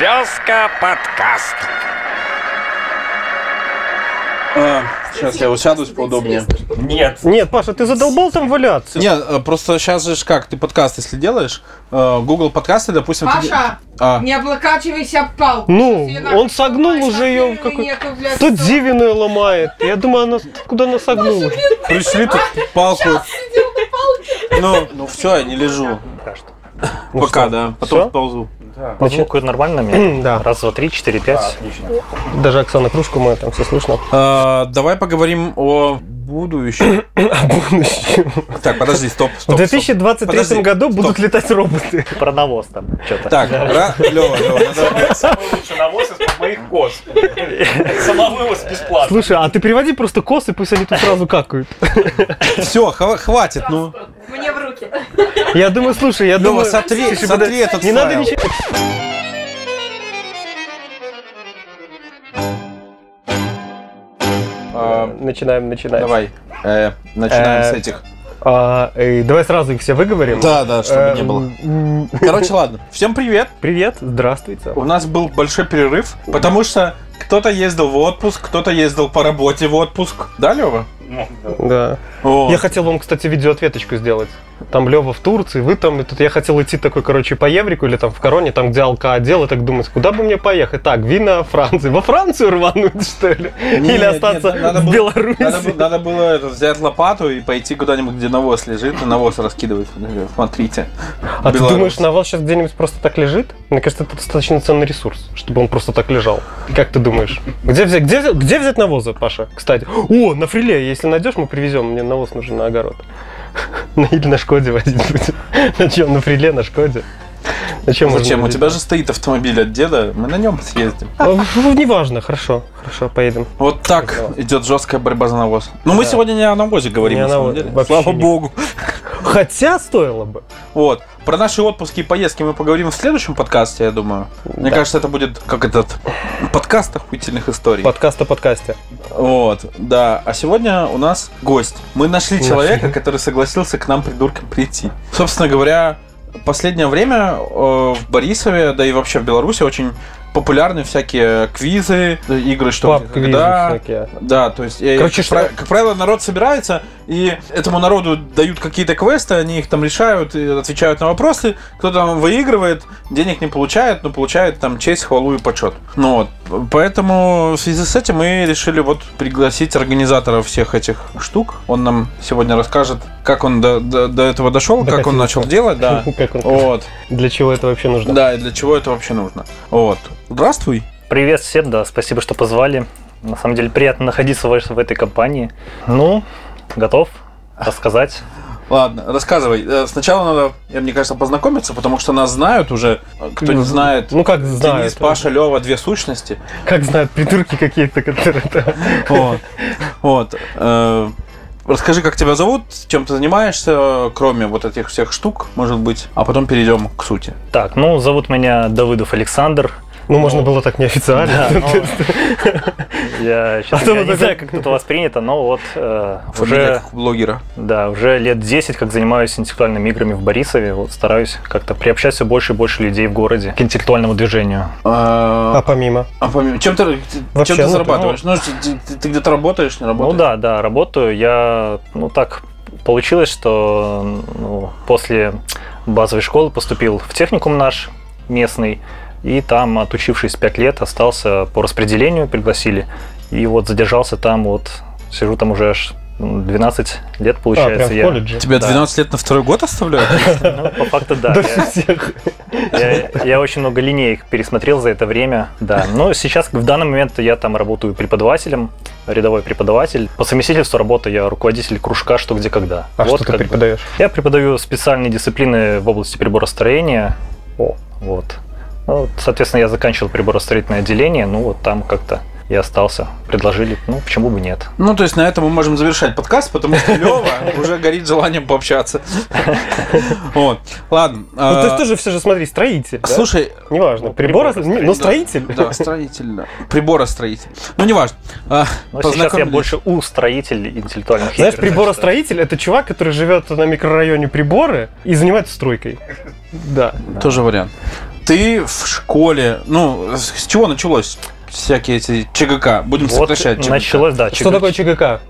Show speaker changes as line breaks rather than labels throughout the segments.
Березка подкаст.
Сейчас А, я усядусь поудобнее.
Нет.
Нет, Паша, ты задолбал там валяться?
Не, э, просто сейчас же ж как, ты подкаст, если делаешь, э, Google подкасты, допустим... ты де-
Паша,
А,
не облокачивайся об палку.
Ну,
Сейчас я
он
нахуй
согнул
сломаю,
уже
там
ее в
дыры
какой...
нету, блядь,
Тут
что?
дивину ломает. Я думаю, она куда она согнула.
пришли тут палку. Ну, ну все, я не лежу.
Ну,
Пока, да.
Всё?
Потом ползу.
По звуку нормальными?
Да.
Раз, два, три, четыре, пять.
Даже Оксана Кружку моя там все слышно.
Э, Давай поговорим о будущем. Так, подожди, стоп,
В
стоп, стоп.
2023
Подожди,
году
стоп.
будут летать роботы.
Про навоз там что-то.
Так, Лева, Лева,
Лучше навоз из моих коз. Самовывоз бесплатно.
Слушай, а ты приводи просто косы, пусть они тут сразу какают.
все, хватит, ну.
Мне в руки.
Я думаю, слушай, я
Лева,
думаю...
сотри,
Слушай, подо-
сотри этот
Не надо
файл.
ничего...
А,
Начинаем, начинаем.
Давай, э, начинаем
Э,
с этих.
А, э, давай сразу их все выговорим.
Да, да, чтобы не
Эм,
было.
м,
Короче, ладно. Всем привет.
Привет, здравствуйте.
У нас был большой перерыв, потому что кто-то ездил в отпуск, кто-то ездил по работе в отпуск. Да, Лева?
Да. Я хотел вам, кстати, видеоответочку сделать. Там Лева в Турции, вы там, и тут я хотел идти такой, короче, по Еврику или там в Короне, там, где Алка отдел, и так думать, куда бы мне поехать? Так, вина Франции. Во Францию рвануть, что ли? или остаться в Беларуси?
Надо, бы- надо было это, взять лопату и пойти куда-нибудь, где навоз лежит, и навоз раскидывать. Смотрите.
а ты
Беларусь.
думаешь, на вас сейчас где-нибудь просто так лежит? Мне кажется, это достаточно ценный ресурс, чтобы он просто так лежал. Как ты думаешь? Где взять, где, взя- где взять навоза, Паша, кстати? О, на фриле, если найдешь, мы привезем, мне навоз нужен на огород. Ну, Или на Шкоде возить будем. На чем? На фриле, на Шкоде. На чем можно
Зачем? У
возить?
тебя же стоит автомобиль от деда, мы на нем съездим.
А, ну, Неважно, хорошо, хорошо, поедем.
Вот так идет жесткая борьба за навоз. Но мы
Да.
сегодня не о навозе говорим,
Не
на
о
самом
навозе,
деле.
вообще
Слава
не.
богу.
Хотя стоило бы.
Вот. Про наши отпуски и поездки мы поговорим в следующем подкасте, я думаю. Мне
Да.
кажется, это будет как этот подкаст охуительных историй.
Подкаст о подкасте.
Вот, да. А сегодня у нас гость. Мы нашли
Нашли.
человека, который согласился к нам, придуркам, прийти. Собственно говоря, последнее время э, в Борисове, да и вообще в Беларуси очень популярны всякие квизы, игры, что
Пап,
где,
квизы
когда.
всякие.
Да, то есть, э,
Короче,
как,
что-
прав- как правило, народ собирается, и этому народу дают какие-то квесты, они их там решают, и отвечают на вопросы, кто там выигрывает, денег не получает, но получает там честь, хвалу и почет. Ну вот, поэтому в связи с этим мы решили вот пригласить организатора всех этих штук. Он нам сегодня расскажет, как он до, до- до этого дошел, как он
Докатился.
начал делать, да.
Как он-
Вот,
Для чего это вообще нужно?
да, и для чего это вообще нужно. Вот. Здравствуй.
Привет всем, да, спасибо, что позвали. На самом деле приятно находиться в, в этой компании. Ну, готов рассказать.
Ладно, рассказывай. Э, Сначала надо, я, мне кажется, познакомиться, потому что нас знают уже. Э, Кто не знает,
Ну как знают.
Денис, Паша, Лева, две сущности.
Как знают, придурки какие-то, которые там.
Вот. Вот. Э, Расскажи, как тебя зовут, чем ты занимаешься, кроме вот этих всех штук, может быть, а потом перейдем к сути.
Так, ну, зовут меня Давыдов Александр.
Ну, можно было так неофициально.
Да, ну, я сейчас
А то
не,
вот
не
так
знаю,
вот.
как тут у вас принято, но вот э,
А Фамилия
уже,
как у блогера.
да, уже лет 10, как занимаюсь интеллектуальными играми в Борисове, вот стараюсь как-то приобщать все больше и больше людей в городе к интеллектуальному движению.
А
А помимо?
а помимо, чем ты,
Вообще,
чем ты
ну,
зарабатываешь? Ну, ты, ты- ты где-то работаешь, не
Ну
работаешь?
да, да, работаю. Я, ну так получилось, что ну, после базовой школы поступил в техникум наш местный, и там, отучившись 5 лет, остался по распределению, пригласили, и вот задержался там, вот сижу там уже аж м, 12 лет,
А, прям
получается,
в
я.
колледже.
Тебя
да.
12 лет на второй год оставляют?
Ну, по факту, да.
Дольше
Я-
всех.
Я, я очень много линеек пересмотрел за это время, да. Но сейчас, в данный момент, я там работаю преподавателем, рядовой преподаватель. По совместительству работаю я руководитель кружка «Что, где, когда».
А
Вот
что ты
как бы.
преподаешь?
Я преподаю специальные дисциплины в области приборостроения. О. Вот. Ну, соответственно, я заканчивал приборостроительное отделение, ну вот там как-то и остался. Предложили, ну почему бы нет.
Ну, то есть на этом мы можем завершать подкаст, потому что Лева уже горит желанием пообщаться. Вот. Ладно.
Ну, ты
а,
же тоже все же, смотри, строитель. да?
Слушай,
Неважно,
ну,
прибор,
приборостроитель,
ну, строитель.
да, строитель, да. Приборостроитель. Ну, неважно. А,
Но сейчас я
познакомились.
больше у-строитель интеллектуальных
Знаешь,
игр, так что-
приборостроитель – это чувак, который живет на микрорайоне приборы и занимается стройкой. Да.
Тоже вариант. ты в школе, ну, с чего началось? Всякие эти ЧГК, будем
Вот
сокращать ЧГК.
началось, да.
Что такое ЧГК?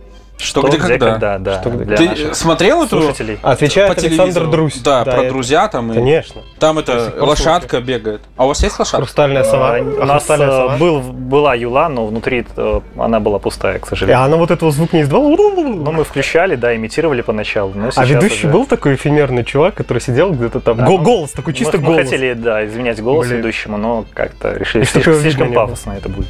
Что,
где,
где,
когда?
когда? да.
Что, где,
для
Ты
наших
смотрел эту
слушателей.
по
Отвечает Александр
телевизору?
Друзь.
Да, про
я-
друзья там. и-
Конечно.
Там
До сих
это
пор
лошадка бегает. А у вас есть лошадка?
Хрустальная сова.
А, У нас
Хрустальная сова.
э, был, была юла, но внутри э, она была пустая, к
И
сожалению.
она вот этого звука не издавала.
Но мы включали, да, имитировали поначалу. но
А
сейчас
ведущий
уже-
был такой эфемерный чувак, который сидел где-то там.
Да,
Го-
ну,
Голос, такой чисто
мы, мы
голос.
хотели, да, изменять голос
Блин.
ведущему, но как-то
И
решили,
чтоб
слишком,
его видно
слишком
не было.
пафосно это будет.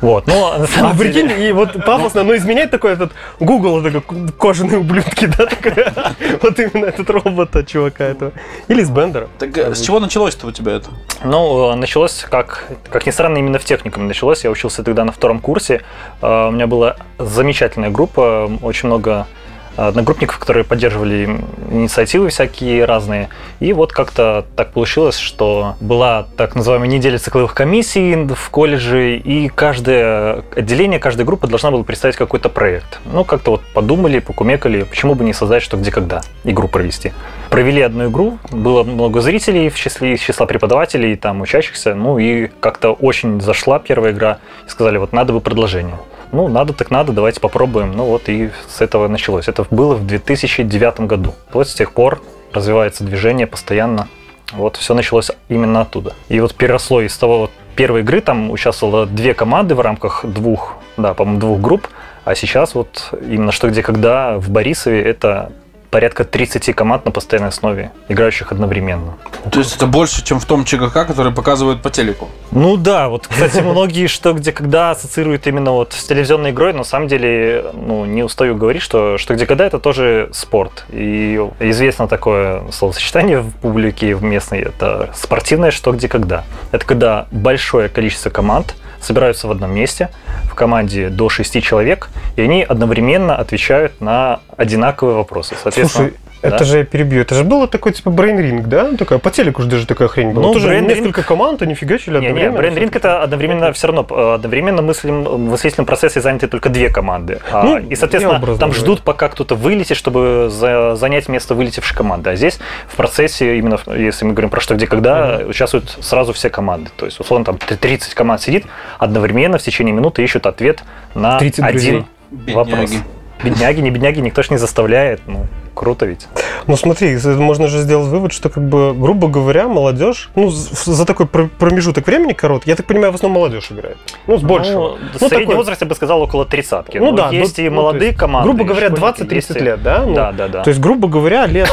Вот, но на
А
самом деле-
прикинь, и вот пафосно, но изменять такой этот Google, такой к- кожаные ублюдки, да, такой. вот именно этот робота, чувака этого. Или из Бендера.
Так, э, с чего началось-то у тебя это?
Ну, э, началось, как, как ни странно, именно в техникуме началось. Я учился тогда на втором курсе. Э, У меня была замечательная группа, очень много э, одногруппников, которые поддерживали м, инициативы всякие разные. И вот как-то так получилось, что была так называемая неделя цикловых комиссий в колледже, и каждое отделение, каждая группа должна была представить какой-то проект. Ну, как-то вот подумали, покумекали, почему бы не создать что где когда, игру провести. Провели одну игру, было много зрителей в числе, из числа преподавателей, там, учащихся, ну и как-то очень зашла первая игра, и сказали, вот надо бы продолжение. Ну, надо так надо, давайте попробуем. Ну вот и с этого началось. Это было в 2009 году. Вот с тех пор развивается движение постоянно. Вот все началось именно оттуда. И вот переросло из того вот первой игры, там участвовало две команды в рамках двух, да, по-моему, двух групп. А сейчас вот именно что, где, когда в Борисове это порядка 30 команд на постоянной основе, играющих одновременно.
То есть это больше, чем в том ЧГК, который показывают по телеку.
Ну да, вот, кстати, многие что где когда ассоциируют именно вот с телевизионной игрой, но на самом деле, ну, не устаю говорить, что что где когда это тоже спорт. И известно такое словосочетание в публике, в местной, это спортивное что где когда. Это когда большое количество команд собираются в одном месте, в команде до 6 человек, и они одновременно отвечают на одинаковые вопросы. Соответственно,
Слушай, это
да.
же я перебью. Это же было такой типа брейн-ринг, да? Ну, Такая по телеку же даже такая хрень была.
Ну,
Тоже
брейн-ринг-
несколько команд, они фигачили
Не,
одновременно.
не, брейн-ринг это одновременно все равно, э, одновременно мыслим, в мыслительном процессе заняты только две команды. А,
Ну,
и, соответственно,
я образно
там
говорю.
ждут, пока кто-то вылетит, чтобы за- занять место вылетевшей команды. А здесь в процессе, именно в- если мы говорим про что, где, когда, участвуют сразу все команды. То есть, условно, там т- 30 команд сидит, одновременно в течение минуты ищут ответ на
30 друзей.
один вопрос.
Бедняги.
Бедняги, не бедняги, никто ж не заставляет. Ну, круто ведь.
Ну смотри, из этого можно же сделать вывод, что, как бы, грубо говоря, молодежь, ну, з- за такой пр- промежуток времени короткий, я так понимаю, в основном молодежь играет. Ну, с большего.
Ну,
Ну,
средний
такой-
возраст, я бы сказал, около 30
Ну да,
Есть
ну,
и
ну,
молодые
то есть,
команды.
грубо
и
говоря,
школьники,
20-30
есть и-
лет, да? Ну,
Да, да, да.
То есть, грубо говоря, лет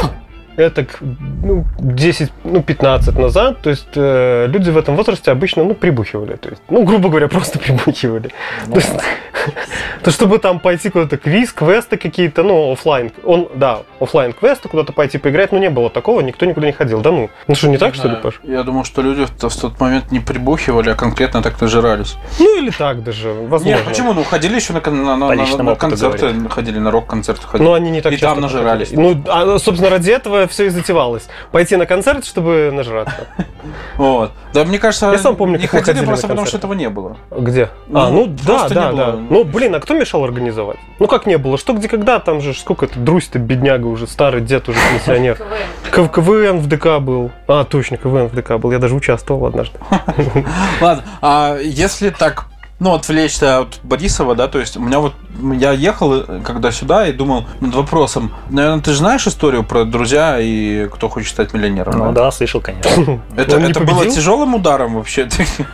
это ну, 10, ну, 15 назад, то есть э, люди в этом возрасте обычно, ну, прибухивали, то есть, ну, грубо говоря, просто прибухивали.
Ну,
То есть, то чтобы там пойти куда-то квиз, квесты какие-то, ну, оффлайн, он, да, оффлайн квесты куда-то пойти поиграть, ну, не было такого, никто никуда не ходил, да ну. Ну что, не так, что ли, Паш?
Я думал, что люди в то- в тот момент не прибухивали, а конкретно так нажирались.
Ну, или так даже, возможно.
Нет, почему? Ну, ходили еще на, кон- на- на-
По
на-
личному
на
опыту
концерты, ходили на рок-концерты. Ходили.
Ну, они не так
И
часто
там нажирались.
проходили. Ну, а, собственно, ради этого все и затевалось. Пойти на концерт, чтобы нажраться.
Вот. Да, мне кажется,
Я сам помню,
не
как мы
ходили
ходили
просто
на
потому,
концерты.
что этого не было.
Где?
Ну,
а, ну да,
просто
да,
не
да.
было.
Ну, блин, а кто мешал организовать? Ну, как не было? Что, где, когда? Там же ж сколько это, друзь ты, бедняга уже, старый дед уже, пенсионер. К- КВН в ДК был. А, точно, КВН в ДК был. Я даже участвовал однажды.
Ладно, а если так, ну, отвлечься от Борисова, да, то есть у меня вот, я ехал, э, когда сюда, и думал над вопросом, наверное, ты же знаешь историю про друзья и кто хочет стать миллионером?
Ну да, слышал, конечно.
Это,
Он не
это было
победил?
тяжелым ударом вообще?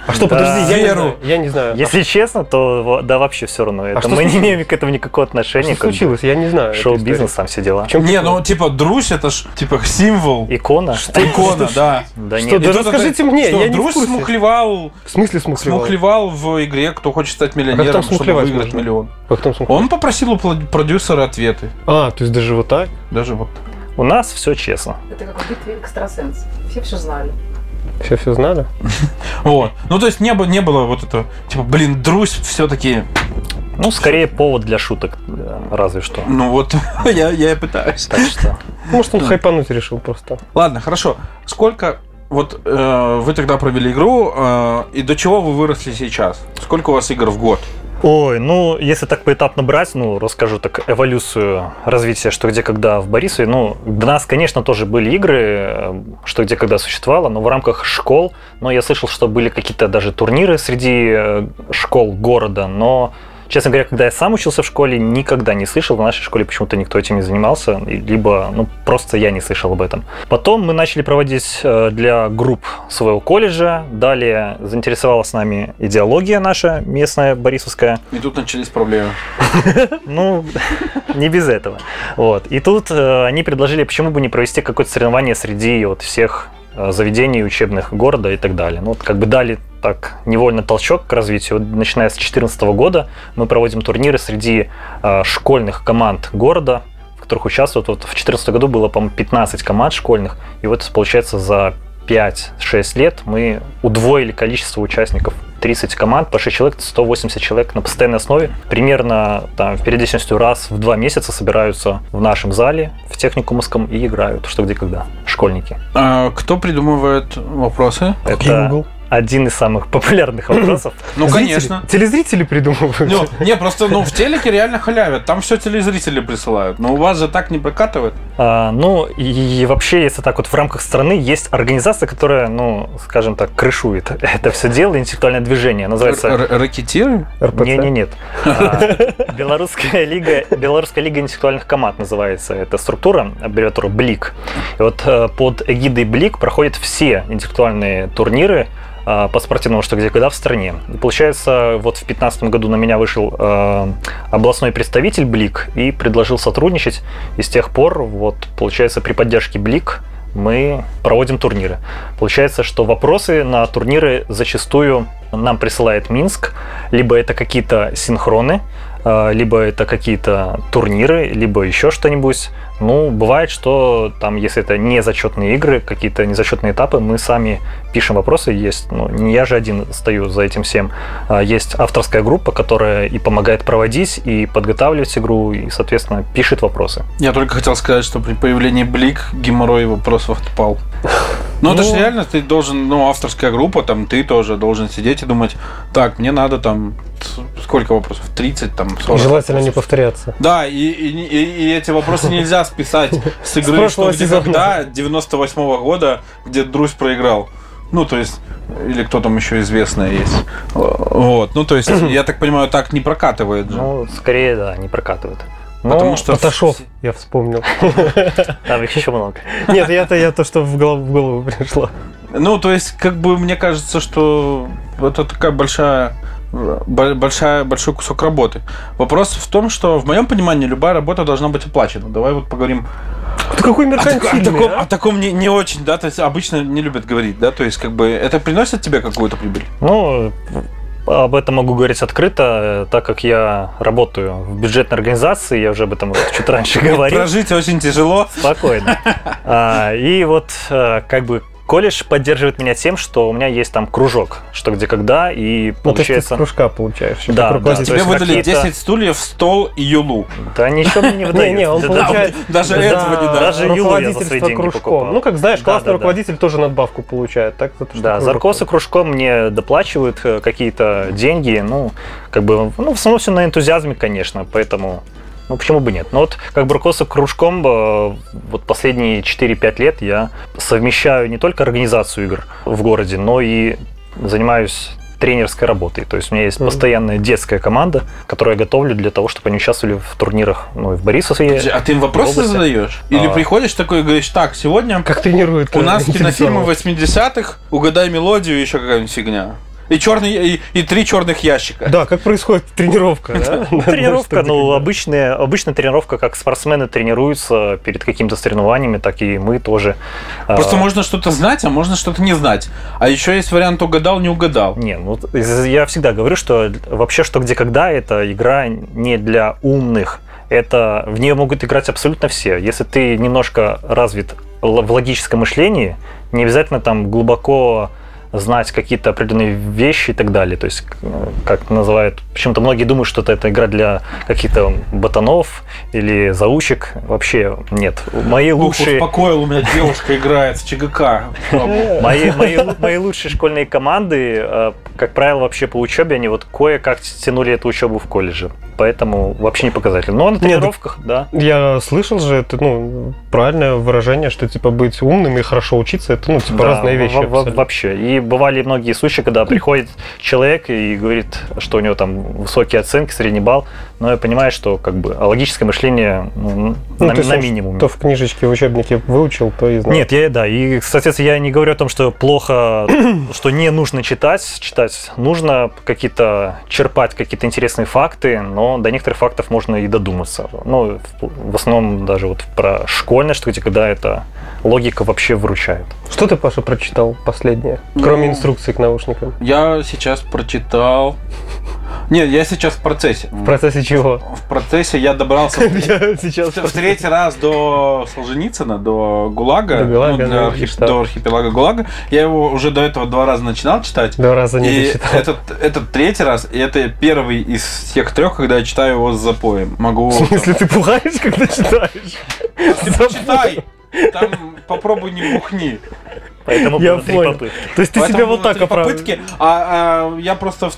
А что,
Да.
подожди, я не
Веру.
знаю. Я не знаю.
Если честно, то во- да вообще все равно. Это
А что
мы не
случилось?
имеем к этому никакого
А
отношения.
Что
как бы.
случилось? Я не знаю. этой
Шоу-бизнес, там все дела.
истории. В чем
Не,
прикол?
ну, типа, друзь, это ж, типа, символ,
Икона?
икона, да.
Да
Что,
нет.
И
да
тут
расскажите
это-
мне,
что,
я не в
друзь
курсе.
смухлевал,
В смысле смухлевал?
смухлевал в игре «Кто хочет стать
А как
миллионером»,
там
чтобы
смухлевать
выиграть
можно?
миллион.
Как там смухлевал?
Он попросил у пло- продюсера ответы.
А, то есть даже вот так?
Даже вот.
У нас все честно.
Это как в битве экстрасенсов. Все все знали.
Все все знали?
Вот. Ну, то есть не, бы- не было вот этого, типа, блин, друзь все-таки,
Ну, скорее повод для шуток, да, разве что.
ну вот, я, я и пытаюсь.
Так что.
Может, он хайпануть решил просто.
Ладно, хорошо. Сколько, вот э, вы тогда провели игру, э, и до чего вы выросли сейчас? Сколько у вас игр в год?
Ой, ну, если так поэтапно брать, ну, расскажу так эволюцию развития «Что, где, когда» в Борисове. Ну, до нас, конечно, тоже были игры э, «Что, где, когда» существовало, но в рамках школ. Но я слышал, что были какие-то даже турниры среди э, школ города, но... Честно говоря, когда я сам учился в школе, никогда не слышал. В нашей школе почему-то никто этим не занимался, и- либо, ну, просто я не слышал об этом. Потом мы начали проводить э, для групп своего колледжа. Далее заинтересовалась нами идеология наша местная, борисовская.
И тут начались проблемы.
Ну, не без этого. Вот. И тут э, они предложили, почему бы не провести какое-то соревнование среди вот всех э, заведений учебных города и так далее. Ну, вот как бы дали так невольно толчок к развитию. Вот, начиная с 2014 года мы проводим турниры среди э, школьных команд города, в которых участвуют. Вот в 2014 году было, по-моему, 15 команд школьных. И вот, получается, за 5-6 лет мы удвоили количество участников. 30 команд, по 6 человек, 180 человек на постоянной основе. Примерно там, в периодичностью раз в 2 месяца собираются в нашем зале, в техникумовском, и играют что где когда. Школьники.
А, кто придумывает вопросы?
А
Это один из самых популярных вопросов.
Ну,
Зрители-
конечно.
Телезрители придумывают.
Ну, не, просто ну, в телеке реально халявят. Там все телезрители присылают. Но у вас же так не прокатывает.
А, ну, и вообще, если так вот в рамках страны, есть организация, которая, ну, скажем так, крышует это все дело, интеллектуальное движение. Называется
Р- р- Ракетиры?
РПЦ.
Не, не, нет. А, Белорусская лига, Белорусская лига интеллектуальных команд называется эта структура, аббревиатура БЛИК. И вот э, под эгидой БЛИК проходят все интеллектуальные турниры э, по спортивному что где когда в стране. И получается, вот в 2015 году на меня вышел э, областной представитель БЛИК и предложил сотрудничать. И с тех пор, вот, получается, при поддержке БЛИК мы проводим турниры. Получается, что вопросы на турниры зачастую нам присылает Минск, либо это какие-то синхроны, э, либо это какие-то турниры, либо еще что-нибудь. Ну, бывает, что там, если это не зачетные игры, какие-то незачетные этапы, мы сами пишем вопросы. Есть, ну, не я же один стою за этим всем. А Есть авторская группа, которая и помогает проводить, и подготавливать игру, и, соответственно, пишет вопросы.
Я только хотел сказать, что при появлении Блик геморрой вопросов отпал. Ну, это же
Ну.
реально, ты должен, ну, авторская группа, там, ты тоже должен сидеть и думать, так, мне надо там, т- сколько вопросов, 30, там, 40.
И желательно не повторяться.
Да, и, и- и- и эти вопросы нельзя списать с
С
игры,
прошлого
что где
сезона.
когда, 98 года, где Друзь проиграл. Ну, то есть, или кто там еще известный есть. Вот, ну, то есть, я так понимаю, так не прокатывает же.
Ну, скорее, да, не прокатывают. Но
Потому что...
Паташов, А, я вспомнил.
там их еще много.
Нет, я-то я то, что в голову, в голову пришло.
Ну, то есть, как бы мне кажется, что это такая большая бо- большая большой кусок работы. Вопрос в том, что в моем понимании любая работа должна быть оплачена. Давай вот поговорим
Да какой
о
меркантильный,
таком,
а?
о таком не, не очень, да, то есть обычно не любят говорить, да, то есть как бы это приносит тебе какую-то прибыль.
Ну, об этом могу говорить открыто, э, так как я работаю в бюджетной организации, я уже об этом вот чуть раньше говорил.
Прожить очень тяжело.
Спокойно. А, И вот э, как бы колледж поддерживает меня тем, что у меня есть там кружок, что где когда, и
Ну, то есть ты с
получается...
кружка получаешь.
Да,
как
да,
руководитель.
то
Тебе
есть
выдали
какие-то-
10 стульев, стол и юлу.
Да ничего мне не выдают.
Не-не, он
Да,
получает
да,
Даже
Да,
этого не дали.
даже Юлу я за свои
руководительство
деньги покупал.
кружком. Ну, как знаешь,
Да,
классный
да, да.
руководитель тоже надбавку получает. Так, за то, что
Да,
кружок.
за и кружком мне доплачивают э, какие-то деньги, ну, как бы, ну, в основном все на энтузиазме, конечно, поэтому, ну, почему бы нет. Но вот как бы руководство кружком, э, вот последние 4-5 лет я совмещаю не только организацию игр в городе, но и занимаюсь тренерской работой. То есть у меня есть
Мгм.
постоянная детская команда, которую я готовлю для того, чтобы они участвовали в турнирах, ну, и в Борисове.
А ты им вопросы
области.
задаешь? Или
А.
приходишь такой и говоришь, так, сегодня
Как тренирует.
У нас кинофильмы
кинофильмы
80-х, угадай мелодию и еще какая-нибудь фигня. И черный и, и три черных ящика.
Да, как происходит тренировка, да?
Тренировка, ну,
обычно.
обычная, обычная тренировка, как спортсмены тренируются перед какими-то соревнованиями, так и мы тоже. А,
Просто можно что-то знать, а можно что-то не знать. А еще есть вариант угадал, не угадал.
Не, ну, вот из- я всегда говорю, что вообще «Что, где, когда» — это игра не для умных. Это в нее могут играть абсолютно все. Если ты немножко развит л- в логическом мышлении, не обязательно там глубоко знать какие-то определенные вещи и так далее. То есть, э, как называют, почему-то многие думают, что это, это игра для каких-то ботанов или заучек. Вообще нет. Мои лучшие...
успокоил, у меня девушка играет в ЧГК.
Мои, мои, лу- мои лучшие школьные команды, э, как правило, вообще по учебе, они вот кое-как тянули эту учебу в колледже. Поэтому вообще не показатель. Но на
Нет, ну,
тренировках, да.
Я слышал же это, ну, правильное выражение, что, типа, быть умным и хорошо учиться, это, ну, типа,
Да,
разные
во-
вещи.
во-
абсолютно.
вообще. И бывали многие случаи, когда приходит человек и говорит, что у него там высокие оценки, средний балл, но я понимаю, что как бы а логическое мышление ну,
Ну,
на,
то есть
на
он
минимуме.
Что в книжечке, в учебнике выучил, то и знал.
Нет, я да. И, соответственно, я не говорю о том, что плохо, что не нужно читать. Читать нужно какие-то черпать какие-то интересные факты, но до некоторых фактов можно и додуматься. Ну, в, в основном даже вот про школьное, что где когда это логика вообще выручает.
Что ты, Паша, прочитал последнее? Кроме
Ну.
инструкции к наушникам.
Я сейчас прочитал... Нет, я сейчас в процессе.
В процессе чего?
В процессе я добрался
Я сейчас...
в третий раз до Солженицына, до ГУЛАГа,
До ГУЛАГа,
ну,
да,
до, архи-
читал.
до архипелага ГУЛАГа. Я его уже до этого два раза начинал читать.
Два раза не
И
дочитал.
этот, этот третий раз, и это первый из тех трех, когда я читаю его с запоем. Могу...
В смысле, ты пугаешь, когда читаешь?
Читай! Там попробуй не бухни.
Поэтому
Я
было три
понял.
попытки.
То есть ты
Поэтому
себя
было
вот так
три
оправдываешь?
попытки. А, а, я просто в-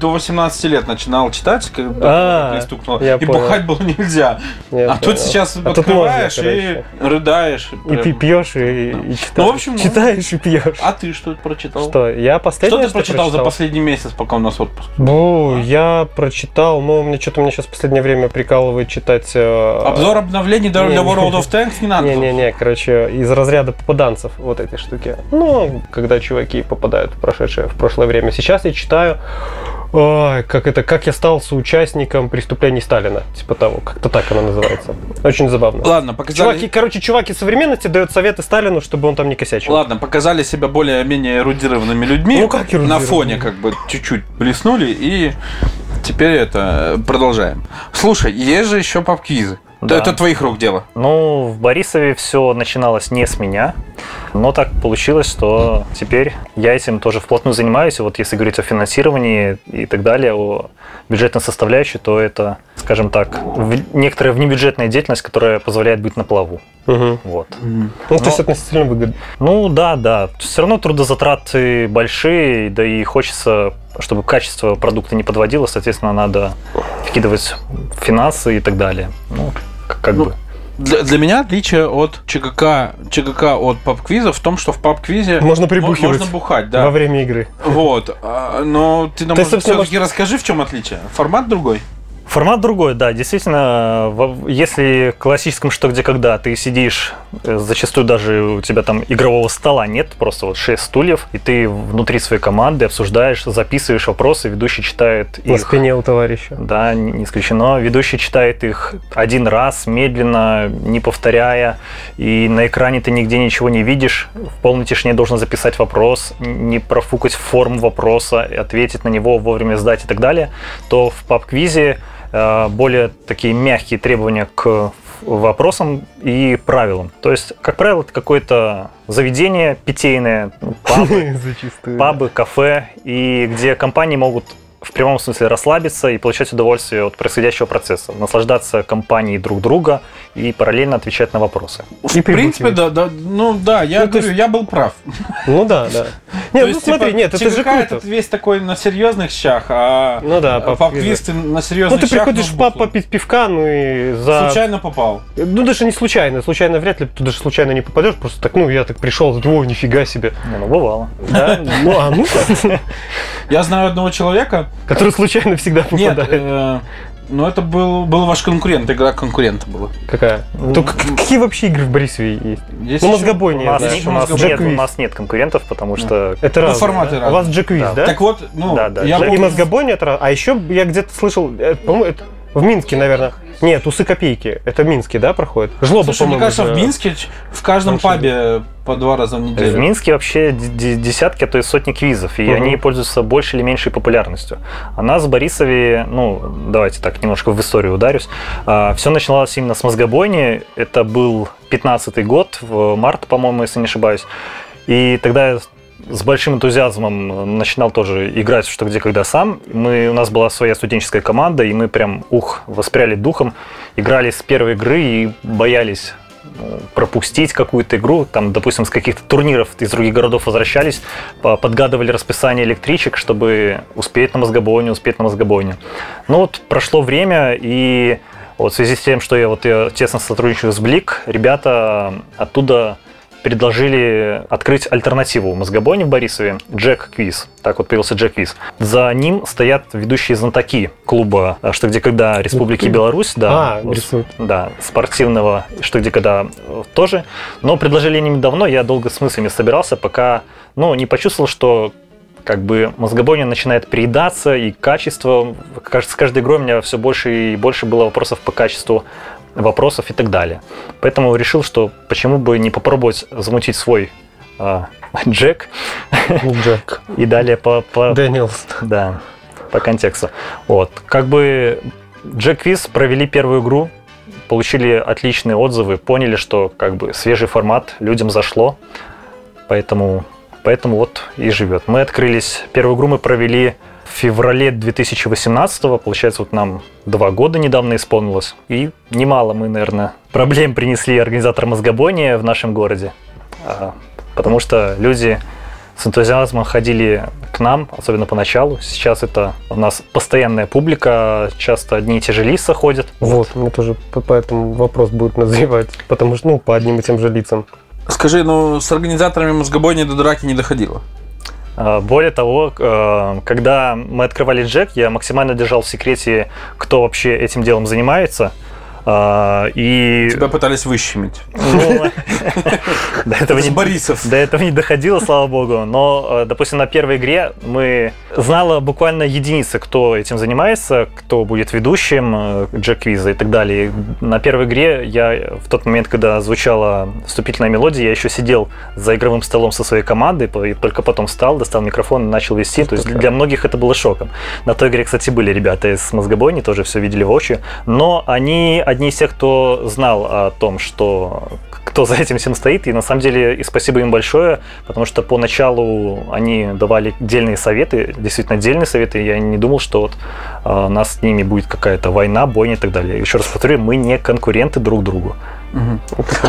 до 18 лет начинал читать,
А,
когда пристукнуло,
я
и
понял.
бухать было нельзя.
Я
а тут
понял.
сейчас
А тут
открываешь
можно,
и рыдаешь.
И
прям.
ты пьешь, и, и читаешь.
Ну, в общем,
читаешь и пьешь.
А ты что прочитал?
Что, я последнее,
Что ты прочитал за А? последний месяц, пока у нас отпуск?
Бу, я прочитал, но мне что-то мне сейчас в последнее время прикалывает читать... э,
Обзор обновлений для
не,
для
не.
World of Tanks не надо.
Не-не-не, короче, из разряда попаданцев вот эти штуки. Ну, когда чуваки попадают в прошедшее, в прошлое время. Сейчас я читаю, ой, как это, как я стал соучастником преступлений Сталина. Типа того, как-то так она называется. Очень забавно.
Ладно, показали...
Чуваки, короче, чуваки современности дают советы Сталину, чтобы он там не косячил.
Ладно, показали себя более-менее эрудированными людьми.
Ну, как эрудированными?
На фоне как бы чуть-чуть блеснули и теперь это э, продолжаем. Слушай, есть же еще папквизы.
Да.
Это твоих рук дело.
Ну, в Борисове все начиналось не с меня, но так получилось, что теперь я этим тоже вплотную занимаюсь. И вот если говорить о финансировании и так далее, о бюджетной составляющей, то это, скажем так, в- некоторая внебюджетная деятельность, которая позволяет быть на плаву.
Мгм.
Вот.
Ну, то есть
Но-
относительно выгодно.
Ну да, да. Все равно трудозатраты большие, да и хочется, чтобы качество продукта не подводило, соответственно, надо вкидывать финансы и так далее. Ну, к- как
Ну,
бы.
Для, для меня отличие от ЧГК, ЧГК от пап-квиза в том, что в пап-квизе
Можно
мо-
прибухивать
можно бухать, да.
во время игры.
Вот. А, Но ты нам
Ты,
может,
собственно,
все-таки расскажи, в чем отличие. Формат другой.
Формат другой, да, действительно, э, во- если в классическом что где когда ты сидишь, э, зачастую даже у тебя там игрового стола нет, просто вот шесть стульев, и ты внутри своей команды обсуждаешь, записываешь вопросы, ведущий читает
На
их.
спине у товарища.
Да, не не исключено. Ведущий читает их один раз, медленно, не повторяя, и на экране ты нигде ничего не видишь. В полной тишине должен записать вопрос, н- не профукать форму вопроса, и ответить на него, вовремя сдать и так далее. То в паб-квизе э, более такие мягкие требования к вопросам и правилам. То есть, как правило, это какое-то заведение питейное, ну, паб,
Зачастую.
пабы, кафе, и где компании могут в прямом смысле расслабиться и получать удовольствие от происходящего процесса, наслаждаться компанией друг друга и параллельно отвечать на вопросы.
В принципе, да, да, ну да, я
Ну, то
говорю, я был прав.
Ну да, да.
То
Нет, ну
есть,
смотри,
типа,
нет, это же
ЧГК
круто.
этот весь такой на серьезных щах, а
Ну да, пап-
пап-квиз ты на
Ну
серьезных
ты
щах,
приходишь
но
в паб
бухлый.
попить пивка, ну и за...
Случайно попал.
Ну даже не случайно, случайно вряд ли, ты даже случайно не попадешь, просто так, ну я так пришел, о, нифига себе.
Не, ну, бывало.
Да? Ну а ну,
Я знаю одного человека.
который случайно всегда
Нет,
попадает.
э, но это был, был ваш конкурент, игра конкурента была.
Какая? Только к- какие вообще игры в Борисове есть?
Есть
Ну
еще-
У
мозгобойные, я
нас,
знаю.
знаешь,
у нас
мозговой
нет, у
квиз.
нас нет конкурентов, потому что
Это
Ну,
раз.
форматы
У
разные.
вас джеквиз,
Да.
да?
Так вот, ну,
Да, да,
я
да.
И
помню-
мозгобойня это раз. А еще я где-то слышал, э, по-моему, это в Минске, наверное. Нет, усы копейки. Это в Минске, да, проходит? Жлоба,
Слушай, мне
по-моему,
кажется,
же.
в Минске ч- в каждом
Очень.
пабе э, по два раза в
в
неделю.
Минске вообще д- д- десятки, а то и сотни квизов, и
Мгм.
они пользуются больше или меньшей популярностью. А нас в Борисове, ну, давайте так, немножко в историю ударюсь, все начиналось именно с мозгобойни, это был 15-й год, в март, по-моему, если не ошибаюсь, и тогда с большим энтузиазмом начинал тоже играть в «Что, где, когда» сам. Мы, у нас была своя студенческая команда, и мы прям, ух, воспряли духом, играли с первой игры и боялись э, пропустить какую-то игру, там, допустим, с каких-то турниров из других городов возвращались, по- подгадывали расписание электричек, чтобы успеть на мозгобойне, успеть на мозгобойне. Ну вот прошло время, и вот в связи с тем, что я вот я тесно сотрудничаю с Блик, ребята оттуда предложили открыть альтернативу мозгобойне в Борисове Джек Квиз. Так вот появился Джек Квиз. За ним стоят ведущие знатоки клуба э, «Что, где, когда» Республики Беларусь. Да,
А,
Вот,
рисуют.
да, спортивного «Что, где, когда» э, тоже. Но предложили они мне давно, я долго с мыслями собирался, пока ну, не почувствовал, что как бы мозгобойня начинает приедаться, и качество, кажд- с каждой игрой у меня все больше и больше было вопросов по качеству вопросов и так далее. Поэтому решил, что почему бы не попробовать замутить свой а, джек
Джек.
и далее по, по,
Дэниелс.
да, по контексту. Вот. Как бы Джек Квиз провели первую игру, получили отличные отзывы, поняли, что как бы свежий формат людям зашло. Поэтому, поэтому вот и живет. Мы открылись. Первую игру мы провели в феврале 2018 Получается, вот нам два года недавно исполнилось. И немало мы, наверное, проблем принесли организаторам мозгобойни в нашем городе. А, Потому что люди с энтузиазмом ходили к нам, особенно поначалу. Сейчас это у нас постоянная публика, часто одни и те же лица ходят.
Вот, мне тоже по- поэтому вопрос будет назревать. Потому что, ну, по одним и тем же лицам.
Скажи, ну с организаторами мозгобойни до драки не доходило.
А, Более того, к- э, когда мы открывали Джек, я максимально держал в секрете, кто вообще этим делом занимается. А, И
Тебя пытались выщемить.
ну, до этого
С
не
Борисов.
До этого не доходило, слава богу. Но, э, допустим, на первой игре мы знала буквально единицы, кто этим занимается, кто будет ведущим э, джек-квиза и так далее. И На первой игре я в тот момент, когда звучала вступительная мелодия, я еще сидел за игровым столом со своей командой, по- и только потом встал, достал микрофон и начал вести. То есть для многих это было шоком. На той игре, кстати, были ребята из Мозгобойни, тоже все видели воочию. Но они одни из тех, кто знал о том, что кто за этим всем стоит. И на самом деле и спасибо им большое, потому что поначалу они давали дельные советы, действительно дельные советы. и Я не думал, что вот а, у нас с ними будет какая-то война, бойня и так далее. Еще раз повторю, мы не конкуренты друг другу.
Мгм.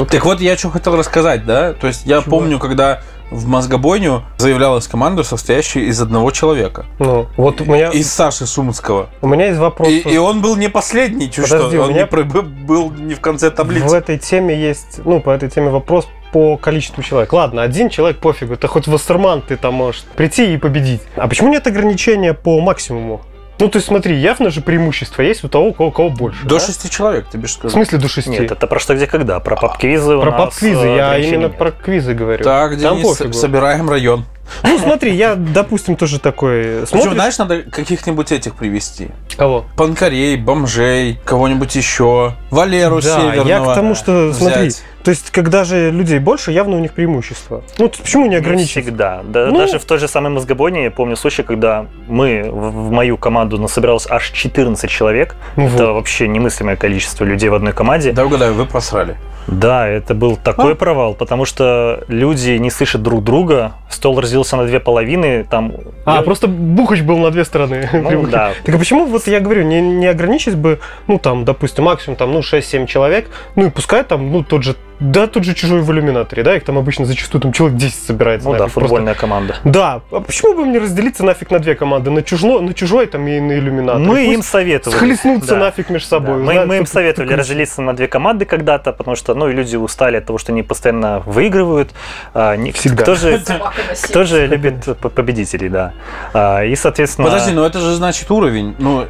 Так вот, я что хотел рассказать, да? То есть я
Чего?
помню, когда в мозгобойню заявлялась команда, состоящая из одного человека.
Ну, вот у меня,
Из Саши Шумского.
у меня есть вопрос.
И, и он был не последний, чуть
Подожди,
что.
у
Он
меня-
не пр- был не в конце таблицы.
В этой теме есть, ну, по этой теме вопрос по количеству человек. Ладно, один человек пофигу, это хоть Вассерман ты там можешь прийти и победить. А почему нет ограничения по максимуму? Ну, то есть смотри, явно же преимущество есть у того, у кого, у кого больше.
До
да?
шести человек, тебе
В
скажу.
смысле до шести?
Нет, это про что, где, когда. Про пап-квизы у
А, про
нас,
пап-квизы,
э,
я
ограничений
именно
нет.
про квизы говорю.
Так,
Там
Денис,
пофигу.
собираем район.
Ну, смотри, я, допустим, тоже такой...
Причем,
Смотришь...
знаешь, надо каких-нибудь этих привести.
Кого?
Панкарей, бомжей, кого-нибудь еще. Валеру
Да,
Северного.
я к тому, что,
взять.
смотри, то есть, когда же людей больше, явно у них преимущество. Ну, то почему не
Не
ограничить?
всегда. Да,
Ну.
Даже в той же самой Мозгобойне я помню случай, когда мы в в мою команду насобиралось аж 14 человек.
Ну,
Это
вот.
вообще немыслимое количество людей в одной команде. Да,
Да угадаю, вы просрали.
это был
А?
такой провал, потому что люди не слышат друг друга. Стол разделился на две половины. Там...
А,
Я-
просто Бухач был на две стороны.
Ну,
Прибухач.
да.
Так а почему, вот я говорю, не, не ограничить бы, ну, там, допустим, максимум, там, ну, 6-7 человек, ну, и пускай там, ну, тот же, да, тот же чужой в иллюминаторе, да, их там обычно зачастую там человек 10 собирается.
Ну да,
нафиг, просто.
футбольная команда.
Да, а почему бы мне разделиться нафиг на две команды, на, чужно, на чужой там и на иллюминатор?
Мы им советовали.
Схлестнуться
Ну Да.
нафиг между собой.
Да, Мы,
знаешь,
мы им
кто-то-
советовали
кто-то-
разделиться на две команды когда-то, потому что, ну, и люди устали от того, что они постоянно выигрывают. А, не-
Всегда.
Кто же,
Собака на сене.
кто же любит п- победителей, да. А, и, соответственно...
Подожди, ну, но это же значит уровень. Ну,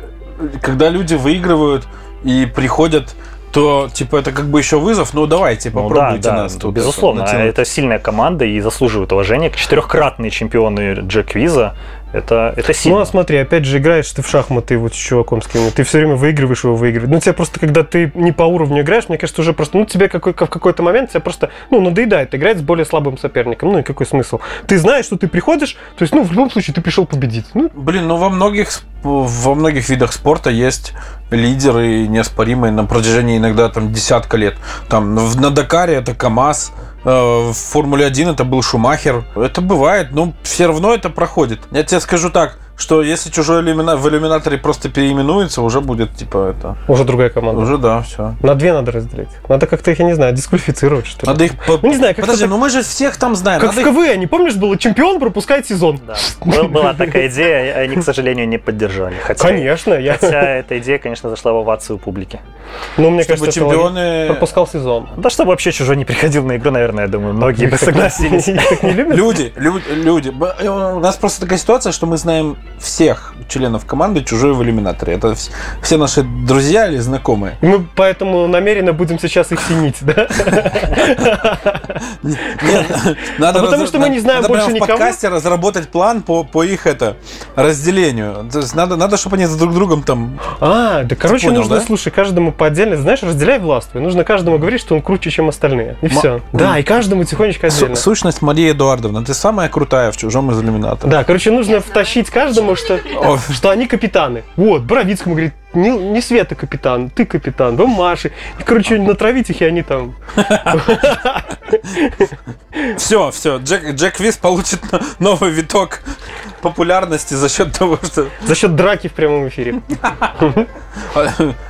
когда люди выигрывают и приходят, то, типа, это как бы еще вызов. Ну, давайте,
ну,
попробуйте
да, да,
нас тут.
Безусловно, а
а
натянуть.
это сильная команда и заслуживает уважения. Четырехкратные чемпионы Джек Квиза. Это, это
Ну,
сильно.
а смотри, опять же, играешь ты в шахматы вот с чуваком с кем ты все время выигрываешь его, выигрываешь. Ну, тебя просто, когда ты не по уровню играешь, мне кажется, уже просто, ну, тебе какой, в какой-то момент тебя просто, ну, надоедает играть с более слабым соперником. Ну, и какой смысл? Ты знаешь, что ты приходишь, то есть, ну, в любом случае, ты пришел победить. Ну,
Блин, ну во многих во многих видах спорта есть лидеры неоспоримые на протяжении иногда там десятка лет. Там в- на Дакаре это КАМАЗ, э, в Формуле 1 это был Шумахер. Это бывает, но все равно это проходит. Я тебе скажу так, что если чужой иллюмина- в иллюминаторе просто переименуется, уже будет типа это.
Уже другая команда.
Уже да, все.
На две надо разделить. Надо как-то их, я не знаю, дисквалифицировать, что ли.
Надо их... по-
Ну, не знаю, как-то
Подожди,
так-
ну мы же всех там знаем.
Как
Надо
в
их-
КВН, не помнишь, было чемпион пропускает сезон?
Да. Был- Была такая идея, они, к сожалению, не поддержали. Хотя,
Конечно, я...
Хотя эта идея, конечно, зашла в овацию публики.
Ну, мне
чтобы
кажется, это логично.
чемпионы... э,
пропускал сезон.
Да чтобы вообще чужой не приходил на игру, наверное, я думаю, многие бы согласились.
Их так не любят?
Люди, люди, люди. Б- э, У нас просто такая ситуация, что мы знаем всех членов команды чужой в иллюминаторе. Это вс- все наши друзья или знакомые.
И Мы поэтому намеренно будем сейчас их синить, да?
Н- Нет, надо
А потому что мы не знаем
надо прямо
больше
в
никого.
подкасте разработать план по, по их это разделению. То есть надо, надо, чтобы они за друг другом там...
А, да короче,
понял,
нужно,
да?
слушай, каждому по отдельности, знаешь, разделяй властвуй. Нужно каждому говорить, что он круче, чем остальные. И
Ма-
все. Да, и каждому тихонечко
Су-
отдельно.
сущность Марии Эдуардовна, ты самая крутая в чужом из иллюминатора.
Да, короче, нужно втащить каждому, что,
О,
что они капитаны. Вот, Боровицкому говорит, не, не Света капитан, ты капитан, вы Маши. И, короче, натравить их, и они там.
Все, все, Джек, Джек Виз получит но- новый виток популярности за счет того, что
За счет драки в прямом эфире.
А,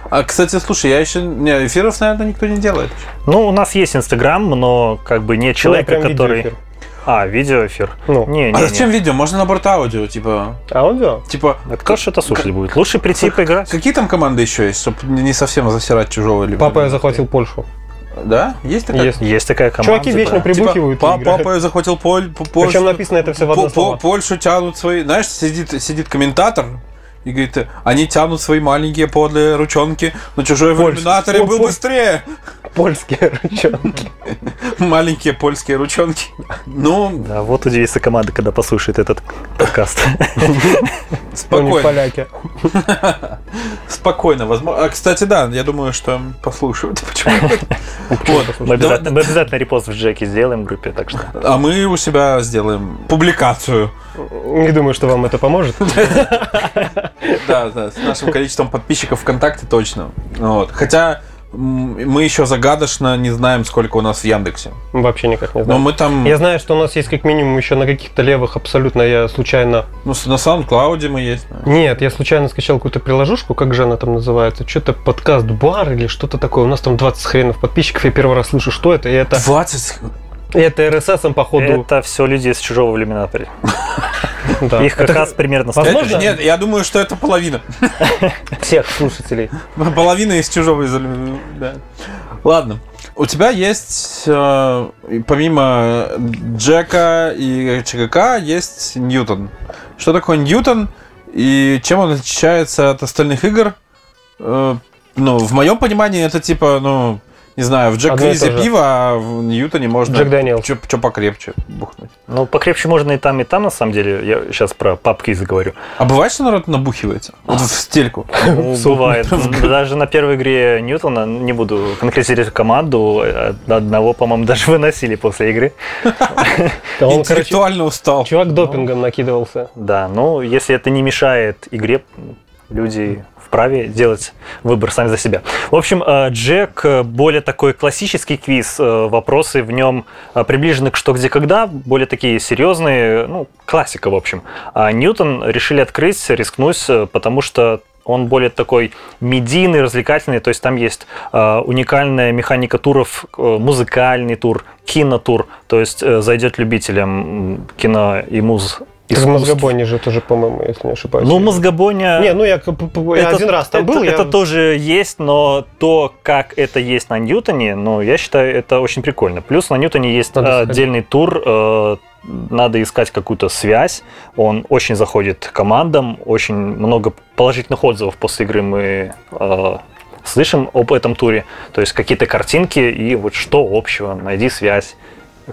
а, кстати, слушай, я еще... Не, эфиров, наверное, никто не делает.
Ну, у нас есть Инстаграм, но как бы не
Ну,
человека,
я прям
который...
видеоэфир.
А, видеоэфир.
Ну,
Не,
а
не,
зачем
не.
видео? Можно наоборот аудио, типа...
а он да.
Типа,
Это кто ж это слушать будет? Лучше прийти и поиграть.
какие там команды еще есть, чтобы не совсем засирать чужого или...
Папа, я захватил Польшу.
Да? Есть такая?
Есть.
Есть такая команда.
Чуваки вечно
да.
Типа,
прибухивают. и
«Па-
играют.
папа, я захватил Поль... П- Польшу».
Причем написано это все в
По-
одно
по-
слово.
Польшу тянут свои... Знаешь, сидит, сидит комментатор и говорит, они тянут свои маленькие подлые ручонки, но чужой в
Польский.
иллюминаторе
О,
был
Поль-
быстрее.
Польские ручонки.
Маленькие польские ручонки. Ну,
Да, вот удивится команда, когда послушает этот подкаст.
Они
спокойно.
поляки.
Спокойно, возможно. А, кстати, да, я думаю, что послушают. Почему? Вот.
Мы
Да-
обязательно, мы обязательно репост в Джеке сделаем в группе, так что...
А мы у себя сделаем публикацию.
Не думаю, что вам это поможет.
Да, да, с нашим количеством подписчиков ВКонтакте точно. Вот. Хотя м, мы еще загадочно не знаем, сколько у нас в Яндексе.
Вообще никак не
Но
знаю.
мы
Ну,
там,
Я знаю, что у нас есть как минимум еще на каких-то левых абсолютно я случайно...
ну, с- на SoundCloud мы есть.
Нет, я случайно скачал какую-то приложушку, как же она там называется, что-то подкаст-бар или что-то такое. У нас там 20 хренов подписчиков, я первый раз слышу, что это. И это,
20.
и это RSS, походу.
Это все люди из чужого в иллюминаторе.
да.
Их как
Это
раз примерно
Возможно?
Это- нет, я думаю, что это половина.
всех слушателей.
Половина из чужого из Альм- да. Ладно. У тебя есть, э, и помимо Джека и ЧКК, есть Ньютон. Что такое Ньютон и чем он отличается от остальных игр? Э, ну, в моем понимании это типа, ну, не знаю, в Джек
Одно и
Визе
то же.
пиво, а в Ньютоне можно
Джек Дэниелс.
чё, чё покрепче бухнуть.
Ну, покрепче можно и там, и там, на самом деле. Я сейчас про папки заговорю.
А бывает, что народ набухивается? Вот в стельку.
Ну, бывает. Даже на первой игре Ньютона, не буду конкретизировать команду, э, одного, по-моему, даже выносили после игры.
Да Он, короче,
Интеллектуально устал.
Ну.
чувак допингом накидывался.
Да, ну, если это не мешает игре, люди вправе делать выбор сами за себя. В общем, э, Джек э, более такой классический квиз, э, вопросы в нем э, приближены к что, где, когда, более такие серьезные, ну, классика, в общем. А Ньютон решили открыть, рискнуть, э, потому что он более такой медийный, развлекательный, то есть там есть э, уникальная механика туров, э, музыкальный тур, кинотур, то есть э, зайдет любителям м, кино и муз.
Ты в
искусств.
Мозгобойне же тоже, по-моему, если не ошибаюсь.
Ну, мозгобойня...
Не, ну я, к- п- п- я
это-
один раз там
это,
был, я-
это тоже есть, но то, как это есть на Ньютоне, ну, я считаю, это очень прикольно. Плюс на Ньютоне есть
Надо
э,
сходить.
отдельный тур, э, надо искать какую-то связь. Он очень заходит командам, очень много положительных отзывов после игры мы э, слышим об этом туре. То есть какие-то картинки и вот что общего, найди связь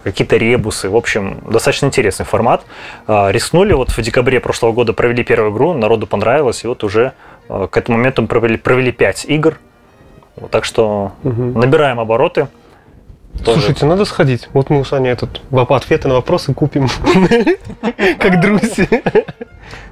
какие-то ребусы. В общем, достаточно интересный формат. А, Рискнули, вот в декабре прошлого года провели первую игру, народу понравилось, и вот уже а, к этому моменту мы провели, провели 5 игр. Вот, так что
Мгм.
набираем обороты. Тоже
Слушайте, надо сходить. Вот мы у Сани этот воп- ответы на вопросы купим. Как друзья.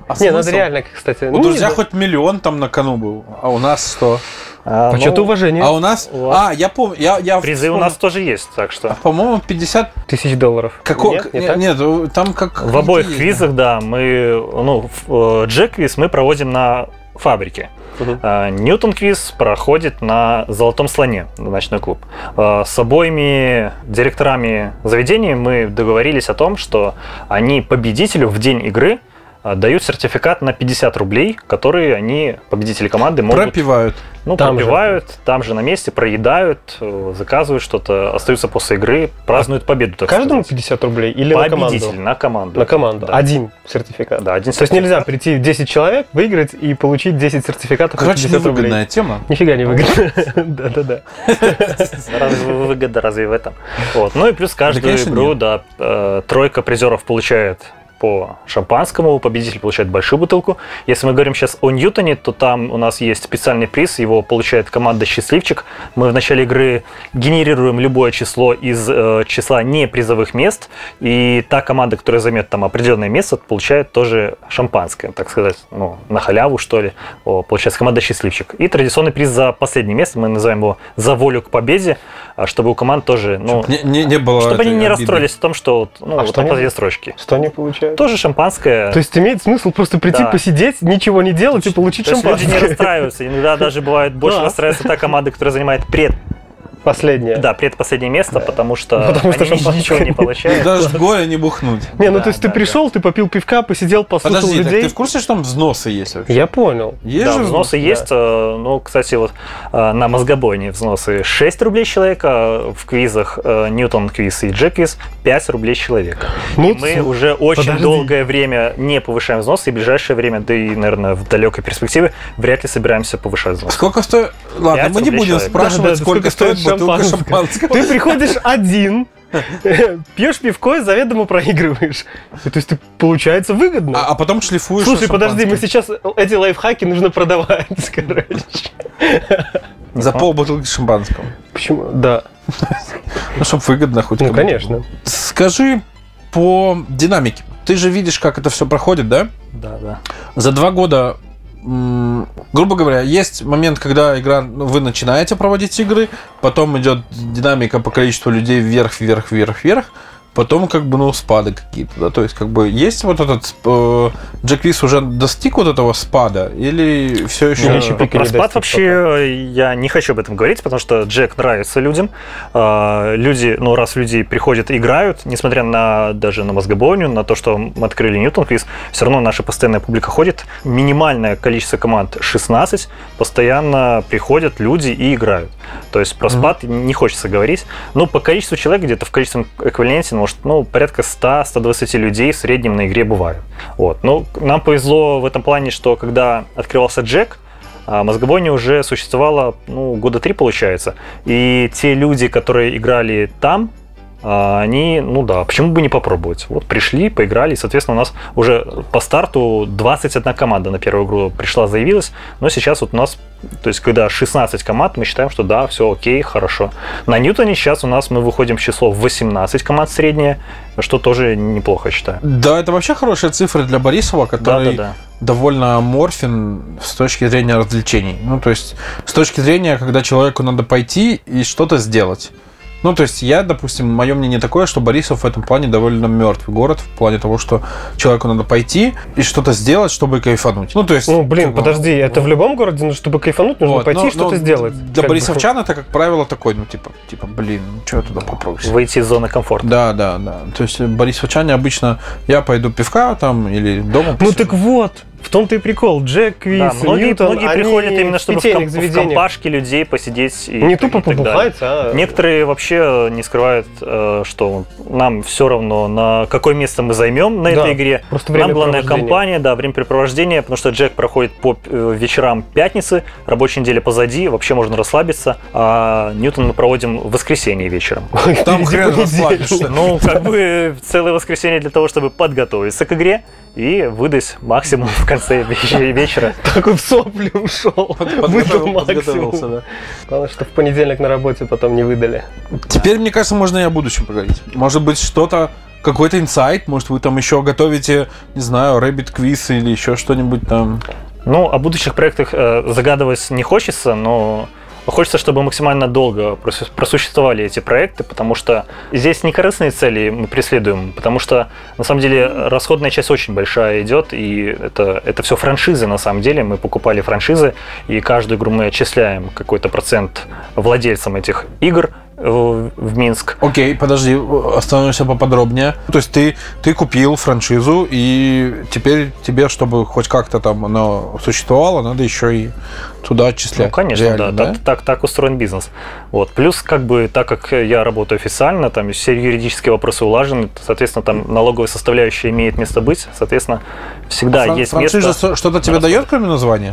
А
Не,
смысл?
надо реально, кстати.
У
Ну,
друзья
не,
хоть миллион там на кону был, а у нас что?
А, ну,
Почет и уважение.
А у нас...
Вот.
А, я помню, я, я
Призы у
вспомнил.
нас тоже есть, так что.
По-моему, 50...
Тысяч долларов.
Како...
Нет, не
не-
так?
нет, там как...
В обоих
какие-
квизах, да, мы, ну, в- э, джек-квиз мы проводим на фабрике.
Мгм.
А Ньютон-квиз проходит на «Золотом слоне» на ночной клуб. А, С обоими директорами заведений мы договорились о том, что они победителю в день игры а, дают сертификат на 50 рублей, которые они, победители команды, могут
Пропивают.
ну,
Там же.
пропивают, там же на месте, проедают, э, заказывают что-то, остаются после игры, празднуют победу, так
Каждому
сказать.
50 рублей или на
Победитель
команду?
на команду.
На команду.
Да.
Один сертификат.
Да, один
То есть нельзя прийти 10 человек, выиграть и получить 10 сертификатов на
Короче,
50 рублей.
невыгодная тема.
Нифига не выгодно. Да-да-да.
Разве выгода разве в этом? Вот. Ну и плюс каждую
конечно,
игру,
нет.
да, э, тройка призеров получает по шампанскому, победитель получает большую бутылку. Если мы говорим сейчас о Ньютоне, то там у нас есть специальный приз, его получает команда «Счастливчик». Мы в начале игры генерируем любое число из э, числа непризовых мест, и та команда, которая займет там определенное место, получает тоже шампанское, так сказать, ну, на халяву, что ли. О, получается, команда «Счастливчик». И традиционный приз за последнее место, мы называем его «За волю к победе», а чтобы у команд тоже, ну,
Не, не- не было
чтобы они
этой
не
обиды.
расстроились в том, что вот, ну,
А
вот
что
там
они-
две строчки.
Что они получают?
Тоже шампанское.
То есть имеет смысл просто прийти,
Да.
посидеть, ничего не делать и получить
То есть люди не
шампанское.
расстраиваются. Иногда даже бывает больше
Да.
расстраивается та команда, которая занимает пред,
Последнее.
да, предпоследнее место, потому что
Потому что
они ни-
шампанское
ничего не
И
нет.
получают.
Даже в горе не бухнуть.
Не, ну
Да,
то есть ты
да,
пришел, ты попил пивка, посидел, послушал
Подожди, так
людей.
ты в курсе, что там взносы есть вообще?
Я понял.
Есть
да,
же
взносы есть. э, Ну, кстати, вот э, на мозгобойне взносы 6 рублей человека, в квизах э, Ньютон квиз и Джек квиз 5 рублей человека.
Ну,
И мы уже очень
подожди.
долгое время не повышаем взносы, и в ближайшее время, да и, наверное, в далекой перспективе, вряд ли собираемся повышать взносы.
Сколько стоит... Ладно,
Пять
мы не
рублей
будем
человек.
спрашивать,
Да-да-да,
сколько,
сколько
стоит
стоит
бутылка
шампанского.
шампанского.
Ты приходишь один, пьешь пивко и заведомо проигрываешь. То есть ты, получается, выгодно.
А, а потом шлифуешь.
Слушай,
на
подожди, мы
шампанское.
сейчас эти лайфхаки нужно продавать, короче.
За полбутылки шампанского.
Почему? Да.
Ну, чтобы выгодно хоть
Ну,
кому-то.
конечно.
Скажи по динамике. Ты же видишь, как это все проходит, да?
Да, да.
За два года, м, грубо говоря, есть момент, когда игра, ну, вы начинаете проводить игры, потом идет динамика по количеству людей вверх, вверх, вверх, вверх, потом как бы, ну, спады какие-то, да, то есть как бы есть вот этот, э, Джек Вис уже достиг вот этого спада или все еще...
Ну, еще
Про
пика не
про спад
достиг
вообще э, я не хочу об этом говорить, потому что Джек нравится людям. А, Люди, ну раз люди приходят, играют, несмотря на даже на мозгобойню, на то, что мы открыли Ньютон квиз, все равно наша постоянная публика ходит. Минимальное количество команд 16, постоянно приходят люди и играют. То есть про
Мгм.
спад не хочется говорить. Но по количеству человек где-то в количественном эквиваленте, ну, может, ну, порядка 100-120 людей в среднем на игре бывает. Вот. Ну, нам повезло в этом плане, что когда открывался Джек, а Мозгобойня уже существовала, ну, года три, получается. И те люди, которые играли там, а, они, ну да, почему бы не попробовать? Вот пришли, поиграли, и, соответственно, у нас уже по старту 21 команда на первую игру пришла, заявилась, но сейчас вот у нас, то есть, когда 16 команд, мы считаем, что да, все окей, хорошо. На Ньютоне сейчас у нас мы выходим в число 18 команд среднее, что тоже неплохо, я считаю.
Да, это вообще хорошие цифры для Борисова,
Да,
который
да, да.
довольно аморфен с точки зрения развлечений. Ну, то есть, с точки зрения, когда человеку надо пойти и что-то сделать. Ну, то есть, я, допустим, мое мнение такое, что Борисов в этом плане довольно мертвый город, в плане того, что человеку надо пойти и что-то сделать, чтобы кайфануть. Ну, то есть...
Ну, блин,
как бы,
подожди, это в любом городе, ну, чтобы кайфануть, нужно
вот,
пойти
но-
и что-то
но
сделать.
Для
Как бы.
борисовчан это, как правило, такой, ну, типа, типа, блин, ну, что я туда попробую?
Выйти из зоны комфорта.
Да, да, да. То есть, борисовчане обычно, я пойду пивка там или дома...
Ну
посижу.
так вот, в том-то и прикол. Джек, Квиз,
Да, многие,
Ньютон,
многие
они
приходят именно, чтобы в, ком-
питейных
в
заведениях.
компашке людей посидеть и
Не
и
тупо
так далее.
побухать, а...
Некоторые вообще не скрывают, э, что нам все равно, на какое место мы займем
Да,
на этой игре.
Просто
Нам главная
времяпровождение.
компания, да, времяпрепровождение, потому что Джек проходит по э, вечерам пятницы, рабочая неделя позади, вообще можно расслабиться, а Ньютон мы проводим в воскресенье вечером.
Там
Впереди
хрен
неделю.
расслабишься.
Ну, как бы целое воскресенье для того, чтобы подготовиться к игре и выдать максимум в конце веч- вечера.
Такой в сопли ушел. Выдал
Подготовил- подготовился,
максимум.
да.
Главное, что в понедельник на работе потом не выдали.
Теперь, мне кажется, можно и о будущем поговорить. Может быть, что-то какой-то инсайт, может, вы там еще готовите, не знаю, Rabbit квиз или еще что-нибудь там.
Ну, о будущих проектах э, загадывать не хочется, но хочется, чтобы максимально долго просу- просуществовали эти проекты, потому что здесь не корыстные цели мы преследуем, потому что на самом деле расходная часть очень большая идет, и это, это все франшизы на самом деле. Мы покупали франшизы, и каждую игру мы отчисляем какой-то процент владельцам этих игр э, в Минск.
Окей, подожди, остановимся поподробнее. То есть ты, ты купил франшизу, и теперь тебе, чтобы хоть как-то там оно существовало, надо еще и туда отчислять.
Ну, конечно,
Реально,
да, Так, так, так устроен бизнес. Вот. Плюс, как бы, так как я работаю официально, там все юридические вопросы улажены, соответственно, там налоговая составляющая имеет место быть, соответственно, всегда
А Фран-
есть
франшиза
место.
со- что-то тебе дает, кроме названия?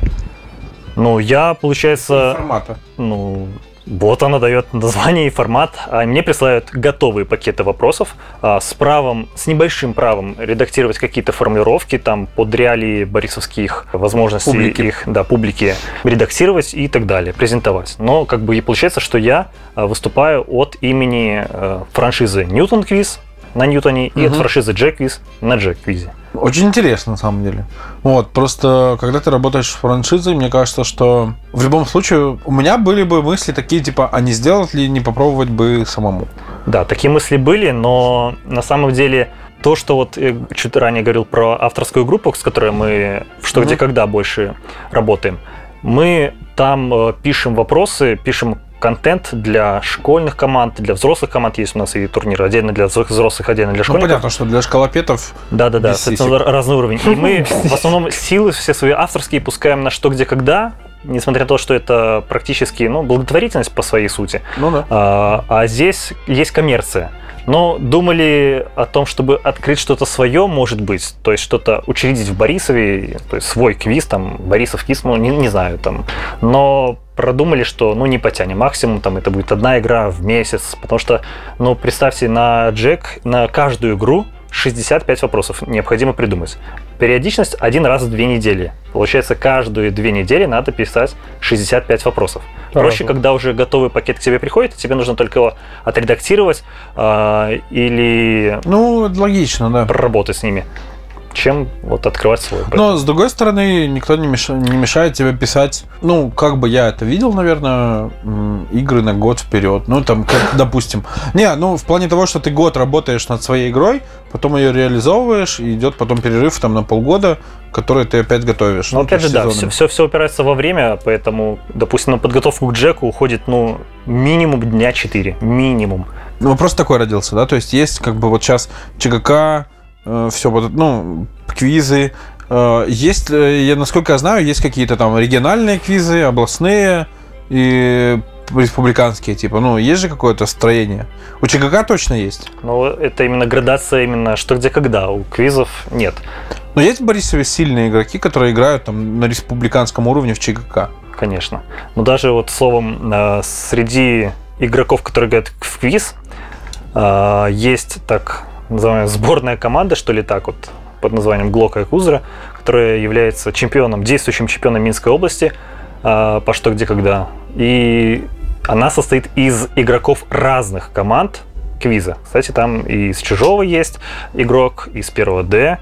Ну, я, получается,
Формата.
ну, вот она дает название и формат, а мне присылают готовые пакеты вопросов а, с правом, с небольшим правом редактировать какие-то формулировки там под реалии борисовских возможностей
Публики.
их, да, публики, редактировать и так далее, презентовать. Но как бы и получается, что я а, выступаю от имени э, франшизы Ньютон Квиз на Ньютоне и от
Мгм.
франшизы Джек Квиз на Джек Квизе.
Очень интересно, на самом деле. Вот, просто когда ты работаешь с франшизой, мне кажется, что в любом случае у меня были бы мысли такие, типа, а не сделать ли, не попробовать бы самому. Ну,
Да, такие мысли были, но на самом деле то, что вот я чуть ранее говорил про авторскую группу, с которой мы в что, где,
Мгм.
когда больше работаем, мы там э, пишем вопросы, пишем контент для школьных команд, для взрослых команд есть у нас и турнир отдельно для взро- взрослых, отдельно для
Ну,
школьников.
понятно, что для школопетов
Да, да, да,
Без сисек.
соответственно, разный уровень. И мы в основном силы все свои авторские пускаем на что, где, когда, несмотря на то, что это практически ну, благотворительность по своей сути.
Ну да.
А, а здесь есть коммерция. Но думали о том, чтобы открыть что-то свое, может быть, то есть что-то учредить в Борисове, то есть свой квиз, там, Борисов квиз, ну, не, не знаю, там. Но продумали, что, ну, не потянем максимум, там, это будет одна игра в месяц, потому что, ну, представьте, на Джек, на каждую игру 65 вопросов необходимо придумать. Периодичность один раз в две недели. Получается, каждые две недели надо писать 65 вопросов. Проще,
Разум.
когда уже готовый пакет к тебе приходит, и тебе нужно только его отредактировать а, или
Ну, это логично, да.
проработать с ними, чем вот открывать свой.
Но, с другой стороны, никто не, меша- не мешает тебе писать, ну, как бы я это видел, наверное, м, игры на год вперед. Ну, там, как, допустим. Не, ну, в плане того, что ты год работаешь над своей игрой, потом ее реализовываешь, и идет потом перерыв там на полгода, который ты опять готовишь.
Но
Ну,
опять же, да,
между
все,
сезонами.
все, упирается во время, поэтому, допустим, на подготовку к Джеку уходит, ну, минимум дня 4. Минимум.
Ну, вопрос такой родился, да, то есть есть как бы вот сейчас ЧГК, все э, вот, ну, квизы, Э, есть, э, я насколько я знаю, есть какие-то там региональные квизы, областные и республиканские, типа, ну, есть же какое-то строение. У ЧГК точно есть.
Но это именно градация, именно что, где, когда. У квизов нет.
Но есть в Борисове сильные игроки, которые играют там на республиканском уровне в ЧГК.
Конечно. Но даже вот словом, э, среди игроков, которые играют в квиз, э, есть так называемая сборная команда, что ли так вот, под названием Глока и Кузра, которая является чемпионом, действующим чемпионом Минской области э, по что, где, когда. И она состоит из игроков разных команд квиза. Кстати, там и из Чужого есть игрок, из первого Д,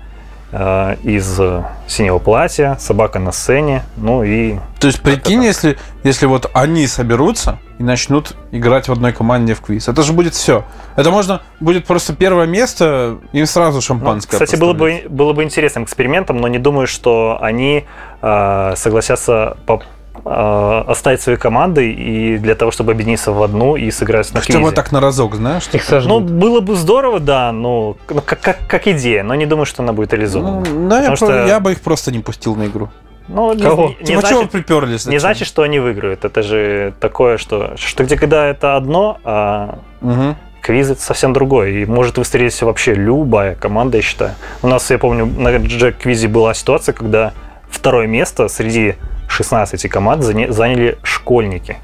э, из э, Синего платья, Собака на сцене, ну и
То есть, прикинь,
так.
если, если вот они соберутся и начнут играть в одной команде в квиз. Это же будет все. Это можно будет просто первое место, им сразу
Ну,
шампанское.
Кстати, было
поставлять.
бы, было бы интересным экспериментом, но не думаю, что они э, согласятся по- э, оставить свои команды и для того, чтобы объединиться в одну и сыграть на
Хотя бы
квизе.
так на разок, знаешь?
Их
Ну,
сожгут.
было бы здорово, да, но ну, как, как, как идея, но не думаю, что она будет
Ну,
реализована.
да, я,
Потому
про-
что-
я бы их просто не пустил на игру.
Ну, не-
Кого?
не- не
типа, чего вы
значит-
приперлись?
не значит, что они выиграют. Это же такое, что, что где когда это одно, а
Мгм.
Квиз это совсем другое, и может выстрелить вообще любая команда, я считаю. У нас, я помню, на Джек Квизе была ситуация, когда второе место среди 16 команд зане- заняли школьники.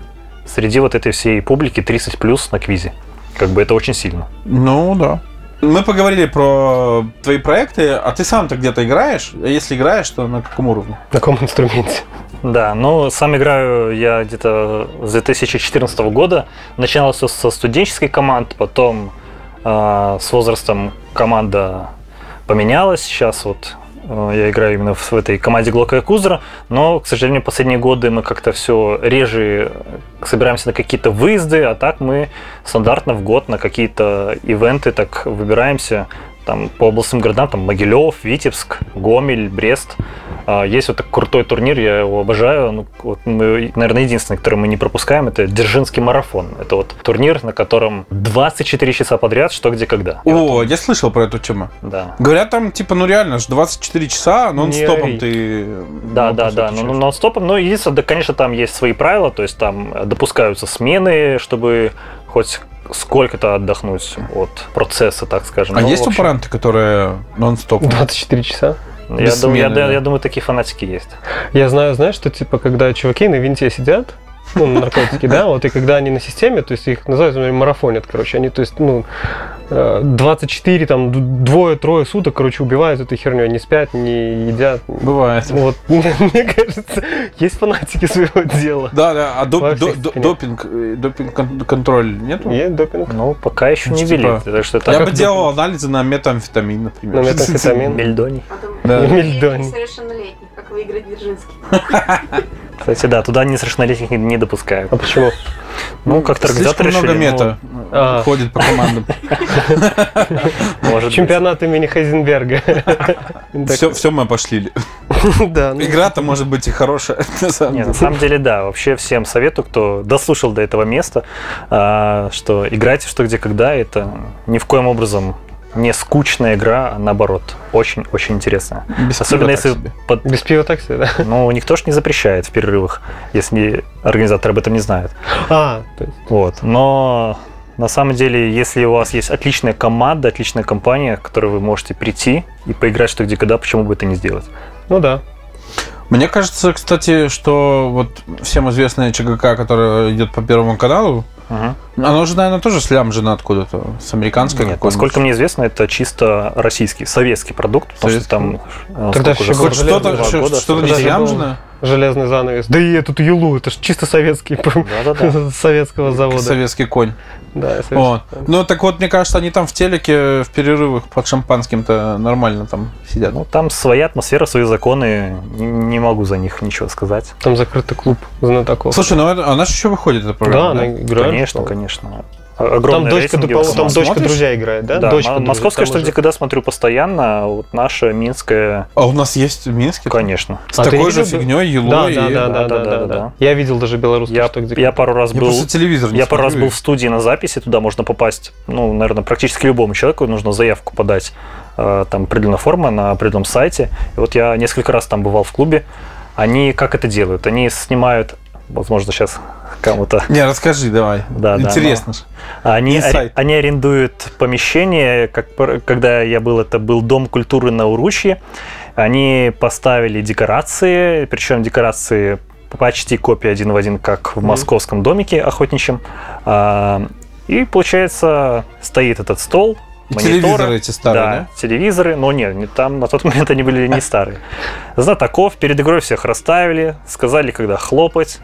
Среди вот этой всей публики 30 плюс на квизе. Как бы это очень сильно.
Ну, да. Мы поговорили про твои проекты, а ты сам-то где-то играешь? А Если играешь, то на каком уровне?
На каком инструменте?
Да, ну сам играю я где-то с 2014 года. Начинал все со студенческой команд, потом э, а, с возрастом команда поменялась. Сейчас вот э, я играю именно в этой команде Глока и Кузера, но, к сожалению, последние годы мы как-то все реже э, собираемся на какие-то выезды, а так мы стандартно в год на какие-то ивенты так выбираемся там, по областным городам, там Могилев, Витебск, Гомель, Брест. А, Есть вот такой крутой турнир, я его обожаю. Ну, вот мы, наверное, единственный, который мы не пропускаем, это Дзержинский марафон. Это вот турнир, на котором 24 часа подряд, что где когда.
О, я слышал про эту тему.
Да.
Говорят, там, типа, ну реально, ж 24 часа нон-стопом
ори.
ты...
Да, да, да, ну, ну, нон-стопом. Но единственное, да, конечно, там есть свои правила, то есть там э, допускаются смены, чтобы хоть сколько-то отдохнуть от процесса, так скажем.
А
Ну,
есть
в общем,
упоранты, которые нон-стоп?
24 часа.
Я,
без
думаю, я-
смены, да.
я думаю, такие фанатики есть.
Я знаю, знаешь, что типа, когда чуваки на винте сидят, ну, на наркотики, да, вот, и когда они на системе, то есть их называют, например, марафонят, короче, они, то есть, ну, э, 24, там, д- двое-трое суток, короче, убивают этой херню, не спят, не едят.
Бывает.
Вот, мне, мне кажется, есть фанатики своего дела.
Да, да, а доп-
Во
до-
всех
до-
стране.
допинг, э, допинг кон- контроль нету?
Есть допинг?
Ну, пока еще не
Типа,
вели. Так а что это
Я бы
как
делал анализы на метамфетамин, например.
На метамфетамин.
Мельдоний.
Потом
Да.
Мельдони.
совершеннолетних, как выиграть Дзержинский.
Кстати, да, туда несовершеннолетних не- не допускают.
А почему?
Ну, как-то
Слишком
организаторы
много
решили,
мета
А.
ходит по командам.
ну, может быть.
Чемпионат имени Хайзенберга. Так,
Все, все мы пошлили.
Да, ну,
Игра-то может быть и хорошая, на самом
Не, на
деле.
самом деле, да. Вообще всем советую, кто дослушал до этого места, а, что играйте что где когда. Это ни в коем образом не скучная игра, а наоборот, очень-очень интересная.
Без
ну, Особенно
пива
если
так себе.
под-
без пива такси, да?
Ну, никто же не запрещает в перерывах, если организатор об этом не знает.
А, то есть,
Вот. Но на самом деле, если у вас есть отличная команда, отличная компания, к которой вы можете прийти и поиграть что где когда, почему бы это не сделать?
ну да.
Мне кажется, кстати, что вот всем известная ЧГК, которая идет по Первому каналу,
Мгм.
она же, наверное, тоже слям жена откуда-то, с американской
Нет,
какой-нибудь.
насколько мне известно, это чисто российский, советский продукт, потому
Советский.
что там э,
Тогда еще
сколько уже,
Хоть
Года
что-то,
лет, два
что-
года,
что-то не
что-то
слямжено?
Железный занавес. Да и эту юлу, это же чисто советский
Да-да-да.
с советского завода.
Советский конь.
Да, советский.
Вот.
э,
Ну, так вот, мне кажется, они там в телеке в перерывах под шампанским-то нормально там сидят.
Ну, там своя атмосфера, свои законы, Н- не могу за них ничего сказать.
Там закрытый клуб знатоков.
Слушай, ну это- она же еще выходит, эта
да,
программа.
она
ну,
да?
играет.
конечно,
что?
конечно. О-
Там
Огромный
дочка,
рейтинг,
по-моему, там
смотришь?
дочка
Смотришь?
друзья играет, да?
Да,
дочка
м-
друзья,
московская,
там
что
уже.
где когда смотрю постоянно, а вот наша минская,
А у нас есть в Минске?
конечно.
С
А ты
такой
видел
же
бы-
фигней, елой.
Да,
и-
да, да, да, да,
Да-да-да-да.
да, да. Я видел даже белорусский,
Я,
что где
я пару раз
Я
был...
просто телевизор не
Я пару раз
смотрю.
был в студии на записи, туда можно попасть, ну, наверное, практически любому человеку нужно заявку подать, э, там определенная форма на определенном сайте. И вот я несколько раз там бывал в клубе. Они как это делают? Они снимают, возможно, сейчас кому-то...
Не, расскажи давай.
Да, да,
Интересно же.
Они,
Инсайт.
аре- они арендуют помещение, как, пр- когда я был, это был Дом культуры на Уручье. Они поставили декорации, причем декорации почти копия один в один, как в
Мгм.
московском домике охотничьем. А, И, получается, стоит этот стол,
И
мониторы.
телевизоры эти старые, да?
телевизоры, но не, не там на тот момент они были не старые. Знатоков перед игрой всех расставили, сказали, когда хлопать.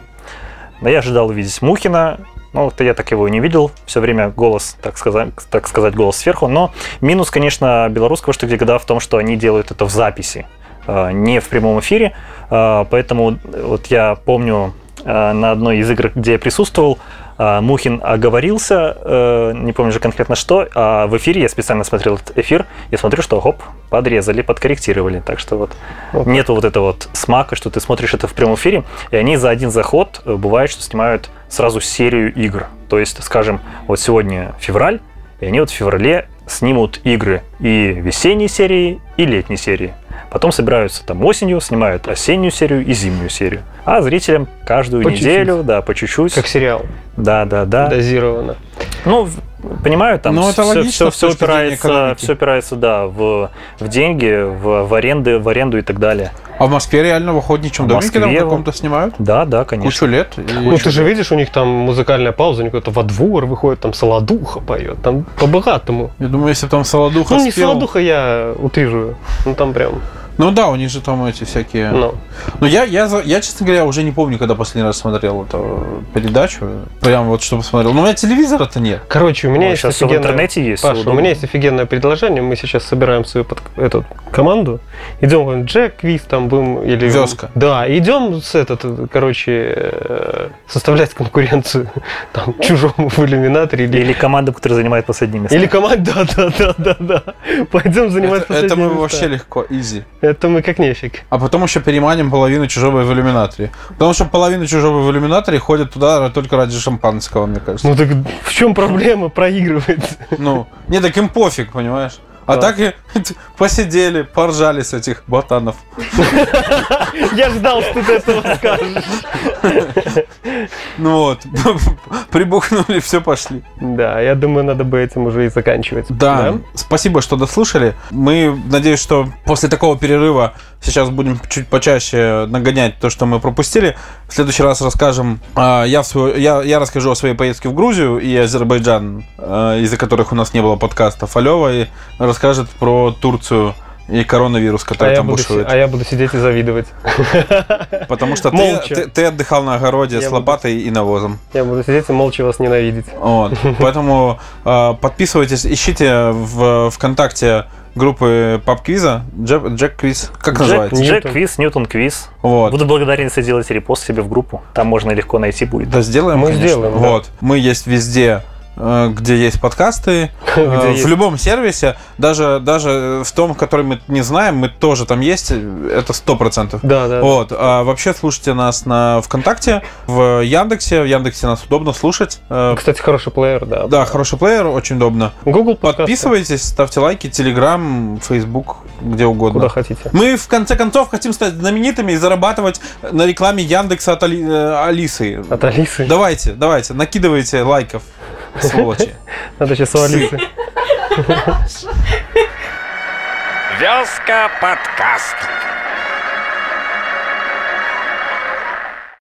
Но я ожидал увидеть Мухина, ну, вот я так его и не видел. Все время голос, так сказать, так сказать, голос сверху. Но минус, конечно, белорусского что где когда в том, что они делают это в записи, э, не в прямом эфире. Э, Поэтому вот я помню э, на одной из игр, где я присутствовал, э, Мухин оговорился, э, не помню же конкретно что, а в эфире я специально смотрел этот эфир, и смотрю, что хоп, подрезали, подкорректировали. Так что вот
Вот
нету вот этого вот смака, что ты смотришь это в прямом эфире, и они за один заход э, бывает, что снимают сразу серию игр. То есть, скажем, вот сегодня февраль, и они вот в феврале снимут игры и весенней серии, и летней серии. Потом собираются там осенью, снимают осеннюю серию и зимнюю серию. А зрителям каждую
По
неделю, да, по чуть-чуть.
Как сериал,
Да, да, да.
дозировано.
Ну, в- понимаю, там
Ну, это
все,
логично
все,
с точки зрения
упирается,
экономики.
все упирается, да, в, в деньги, в, в аренды, в аренду и так далее.
А в Москве реально в охотничьем
В
домике там
Москве вот.
каком-то снимают?
Да, да, конечно.
Кучу лет. и-
Ну, ты же видишь, у них там музыкальная пауза, у них кто-то во двор выходит, там солодуха поет, там по-богатому.
Я думаю, если бы там Солодуха
Ну, не
спел,
солодуха я утрирую, ну там прям
Ну да, у них же там эти всякие...
Ну,
Ну, я, я, за- я, честно говоря, уже не помню, когда последний раз смотрел эту передачу. Прям вот, чтобы смотрел. Но у меня телевизора-то нет.
короче, у меня
Ну,
есть
сейчас все в
офигенная
интернете есть.
Паша,
всё
у
удобно.
меня есть офигенное предложение. Мы сейчас собираем свою под... эту команду. Идем в Джек, Квиз, там будем... Или...
Вёска.
Да, идем с этот, короче, э, составлять конкуренцию там, чужому в иллюминаторе. Или,
Или команда, которая занимает последние места.
или команда, да, да, да, да, да. Пойдем заниматься
Это, это мы
последние
вообще
места.
легко, изи.
Это мы как нефиг.
А потом еще переманим половину чужого в иллюминаторе. Потому что половина чужого в иллюминаторе ходит туда только ради шампанского, мне кажется.
Ну так в чем проблема проигрывает?
Ну, не, так им пофиг, понимаешь? А
Да.
так и посидели, поржали с этих ботанов.
Я ждал, что ты этого скажешь.
Ну вот, прибухнули, все пошли.
Да, я думаю, надо бы этим уже и заканчивать.
Да, спасибо, что дослушали. Мы, надеюсь, что после такого перерыва сейчас будем чуть почаще нагонять то, что мы пропустили. В следующий раз расскажем, а, я, в свою- я, я расскажу о своей поездке в Грузию и Азербайджан, а, из-за которых у нас не было подкастов. А Лёва и расскажет про Турцию и коронавирус,
А
который
я,
там
буду, си-
бушует.
а я буду сидеть и завидовать.
Потому что ты,
Молча.
ты- ты отдыхал на огороде
Я
с
буду-
лопатой и навозом.
Я буду сидеть и молча вас ненавидеть.
Вот. Поэтому э, подписывайтесь, ищите в ВКонтакте группы пап-квиза, Джек, Джек Квиз, как
Джек-
называется?
Джек
Ньютон.
Квиз, Ньютон Квиз.
Вот.
Буду благодарен, если сделаете репост себе в группу. Там можно легко найти будет.
Да, сделаем.
Мы
конечно.
сделаем, да.
Вот. Мы есть везде, э, где есть подкасты, Э,
Где
в
есть-
любом сервисе, даже, даже в том, который мы не знаем, мы тоже там есть, это сто процентов.
Да, да.
Вот. А вообще слушайте нас на ВКонтакте, в Яндексе. В Яндексе нас удобно слушать. Э,
Кстати, хороший плеер, да.
Да, хороший плеер, очень удобно.
Google подкасты.
Подписывайтесь, ставьте лайки, Телеграм, Фейсбук, где угодно.
Куда хотите.
Мы в конце концов хотим стать знаменитыми и зарабатывать на рекламе Яндекса от Али- э, Алисы.
От Алисы.
Давайте, давайте, накидывайте лайков, сволочи.
Надо сейчас у Алисы.
Вязка подкаст.